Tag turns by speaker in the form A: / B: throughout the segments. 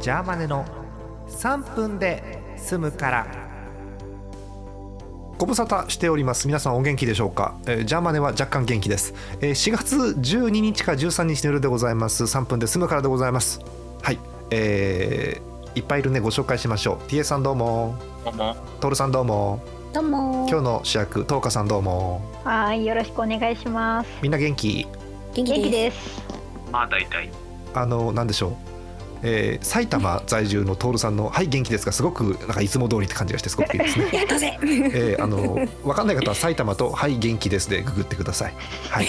A: ジャーマネの3分で済むから
B: ご無沙汰しております皆さんお元気でしょうか、えージャーマネは若干元気です、えー4月12日か13日の夜でございます3分で済むからでございますはいえーいっぱいいるねご紹介しましょう TA さんどうも
C: どうも
B: トールさんどうも
D: どうも
B: 今日の主役トーカさんどうも
D: はい、よろしくお願いします。
B: みんな元気
D: 元気です。
C: まあ大体
B: あのなんでしょうえー埼玉在住のトールさんの「はい元気です」がすごくなんかいつも通りって感じがしてすごくいいですね。
E: やったぜ。
B: えーあの分かんない方は埼玉と「はい元気です」でググってください。はい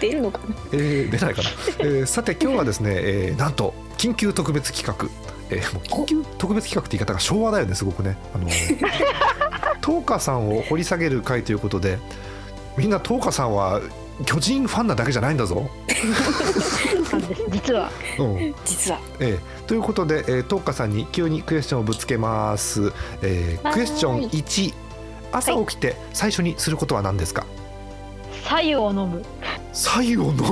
E: 出るのかな。
B: えー出ないかな、えーさて今日はですね、えーなんと緊急特別企画、えーもう緊急特別企画って言い方が昭和だよねすごくねあのトーカさんを掘り下げる回ということでみんなトーカさんは巨人ファンなだけじゃないんだぞ、
D: そうなんです。実は。
B: うん、
E: 実は。
B: ええということで、えー、トーカさんに急にクエスチョンをぶつけます、えー
D: はーい
B: クエスチョン1朝起きて最初にすることは何ですか
D: 白湯を飲む。
B: 白湯を飲む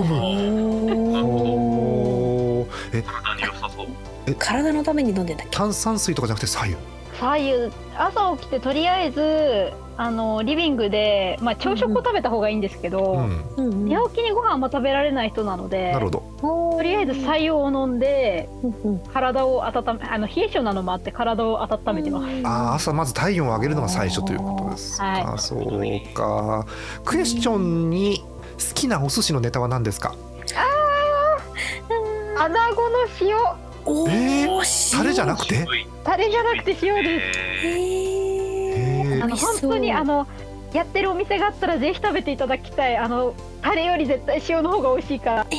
B: おーえ
C: 体に良さそう
E: 体のために飲んでんだっけ。
B: 炭酸水とかじゃなくて白湯
D: 白湯、朝起きてとりあえず、あのリビングで、まあ朝食を食べた方がいいんですけど。
B: うん
E: うん
D: 寝起きにご飯あんま食べられない人なので
B: なるほど
D: とりあえず白湯を飲んで
E: うん。
D: 体を温めあの冷え性なのもあって体を温めてます、
B: あー朝まず体温を上げるのが最初ということです
D: はい
B: あーそうかクエスチョンに好きなお寿司のネタは何ですか
D: 穴子の塩
E: おお。
B: え
E: タ
B: タレじゃなくて
C: 渋い
D: タレじゃなくて塩です
C: え
E: え
B: へー
D: あの本当にあ
E: の。
D: のやってるお店があったらぜひ食べていただきたいあのタレより絶対塩の方が美味しいから
E: え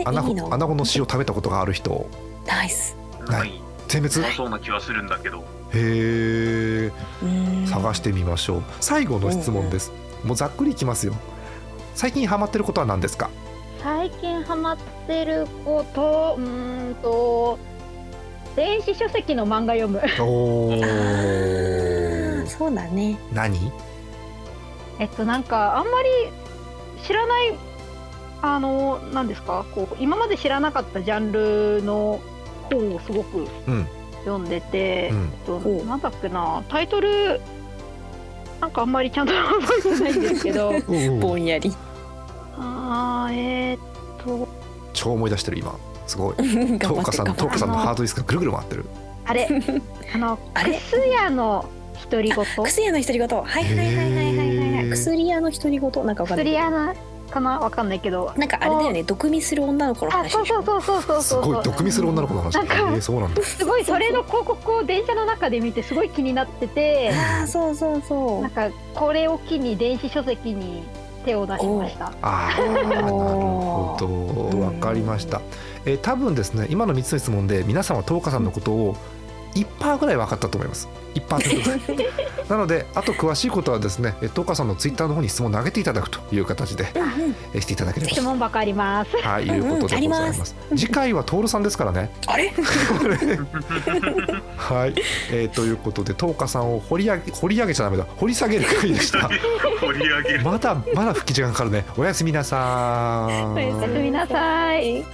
E: え。
B: 穴
E: いい
B: 子
E: の。
B: 穴子の塩食べたことがある人
E: ナイス。
C: ー、ない
B: 全滅
C: そうな気はするんだ けど
B: へえ
E: うん
B: 探してみましょう最後の質問です、もうざっくりいきますよ最近ハマってることは何ですか
D: 最近ハマってることうーんと電子書籍の漫画読む
B: お
E: あー そうだね。
B: 何
D: えっとなんかあんまり知らないあの何ですかこう今まで知らなかったジャンルの本をすごく
B: うん
D: 読んでて
B: う、ん
D: えっと
E: お
D: なんだっけなタイトルなんかあんまりちゃんと覚えてないんですけど
B: お
E: ぼ
B: うん
E: やり。
D: あーえーっと
B: 超思い出してる今すごい
E: 頑
B: ト
E: 張
B: ー
E: っ
B: カ
E: て
B: さん
E: 頑
B: トー
E: 張
B: カ
E: って。
B: さんのハードディスクがぐるぐる回ってる
D: あれあの
E: あれ
D: クスヤの独り言
E: 薬屋の独り言。はいはいはいはいはいはいは
B: へー
E: い。薬屋の独り言。なんかわかんな
D: 薬
E: い。
D: 屋なかなわかんないけど
E: なんかあれだよね。毒味する女の子の
D: あ
E: 話
D: そう
E: でし
D: そ
E: ょ
D: う。そうそうそう
B: す
D: そう
B: ごい毒味する女の子の話
D: なんか
B: えーそうなんだ
D: すごいそれの広告を電車の中で見てすごい気になってて
E: あーそうそうそ
D: な。
E: うん
D: かこれを機に電子書籍に手を出しました
B: あーなるほ
E: う
B: ど
E: ん
B: わかりました、えー多分ですね今の3つの質問で皆さんはトーカさんのことを1%ぐらい分かったと思います1%ぐらい なのであと詳しいことはですねえートーカさんのツイッターの方に質問を投げていただくという形で
E: うんうん
B: えーしていただければ
D: 質問ばかあります
B: とはいいうことでござい
E: うんあ
B: ま
E: り
B: す
E: ま
B: 次回はトールさんですからね
E: あれ。
B: はい、えーということでトーカさんを掘り上げ掘り上げちゃダメだ掘り下げる回でした
C: 盛り上げる
B: まだまだ復帰時間かかるねおやすみなさーい
D: おやすみなさい
E: え